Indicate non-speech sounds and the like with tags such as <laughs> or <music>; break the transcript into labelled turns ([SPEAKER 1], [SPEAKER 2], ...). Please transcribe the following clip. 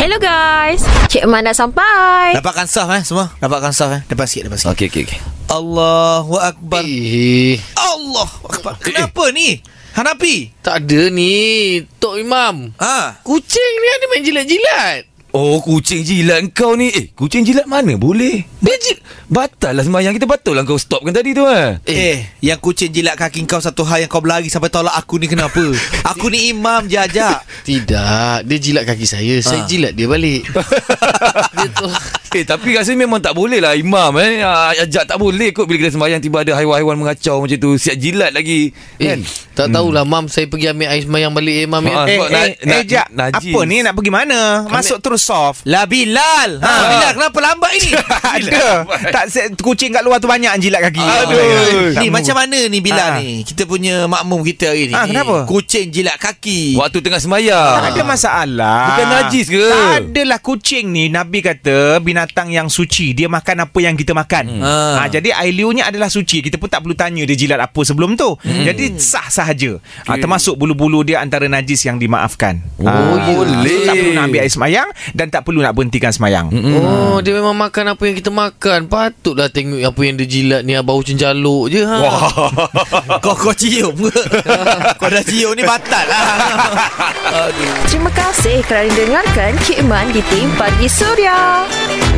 [SPEAKER 1] Hello guys Cik Man dah sampai
[SPEAKER 2] Dapatkan sah eh semua Dapatkan sah eh Depan sikit Depan sikit okay.
[SPEAKER 3] Okey okey okey.
[SPEAKER 2] Allahu Akbar
[SPEAKER 4] Eh,
[SPEAKER 2] Allah Akbar Kenapa ni Hanapi
[SPEAKER 4] tak ada ni. Tok Imam.
[SPEAKER 2] Ha
[SPEAKER 4] Kucing ni ada main jilat-jilat.
[SPEAKER 3] Oh kucing jilat kau ni Eh kucing jilat mana boleh
[SPEAKER 4] Dia jil...
[SPEAKER 3] Batal lah semayang kita Betul lah kau stopkan tadi tu eh
[SPEAKER 2] Eh. eh, yang kucing jilat kaki kau satu hari yang kau berlari sampai tolak aku ni kenapa? aku ni imam je ajak.
[SPEAKER 4] Tidak. Dia jilat kaki saya. Ha. Saya jilat dia balik. <laughs> dia tu.
[SPEAKER 3] Eh tapi rasanya memang tak boleh lah Imam eh Ah, Ajak tak boleh kot Bila kita semayang Tiba ada haiwan-haiwan mengacau macam tu Siap jilat lagi
[SPEAKER 4] Eh,
[SPEAKER 3] Kan
[SPEAKER 4] tak tahulah mam saya pergi ambil air semayang balik eh mam ya.
[SPEAKER 3] Ah,
[SPEAKER 5] Eh,
[SPEAKER 3] sebab
[SPEAKER 5] eh,
[SPEAKER 3] na-
[SPEAKER 5] eh,
[SPEAKER 3] na-
[SPEAKER 5] Jack.
[SPEAKER 3] najis.
[SPEAKER 5] Apa ni nak pergi mana? Masuk terus soft.
[SPEAKER 2] Lah Bilal. Ha,
[SPEAKER 5] Ha.
[SPEAKER 2] Bilal kenapa lambat ini?
[SPEAKER 5] <laughs> Ada. Tak se- kucing kat luar tu banyak jilat kaki.
[SPEAKER 3] Aduh.
[SPEAKER 5] Tak
[SPEAKER 2] Ni
[SPEAKER 5] mahu.
[SPEAKER 2] macam mana ni Bilal
[SPEAKER 5] Ah.
[SPEAKER 2] ni? Kita punya makmum kita hari ni.
[SPEAKER 5] Ah, kenapa?
[SPEAKER 2] Kucing jilat kaki.
[SPEAKER 3] Waktu tengah semayang
[SPEAKER 5] Tak ada masalah.
[SPEAKER 3] Bukan najis ke?
[SPEAKER 5] Tak adalah kucing ni. Nabi kata binatang yang suci. Dia makan apa yang kita makan.
[SPEAKER 2] Ah.
[SPEAKER 5] Ha, jadi air liurnya adalah suci. Kita pun tak perlu tanya dia jilat apa sebelum tu. Jadi sah sahaja. Ha, termasuk bulu-bulu dia antara najis yang dimaafkan. Oh,
[SPEAKER 3] boleh.
[SPEAKER 5] Tak perlu nak ambil air semayang dan tak perlu nak berhentikan semayang.
[SPEAKER 4] Oh, dia memang makan apa yang kita makan. Patutlah tengok apa yang dia jilat ni bau cenjaluk je ha. Wah.
[SPEAKER 2] Kau kau cium ke? kau dah cium ni batal lah.
[SPEAKER 1] Terima kasih kerana dengarkan Cik Man di Tim Pagi Surya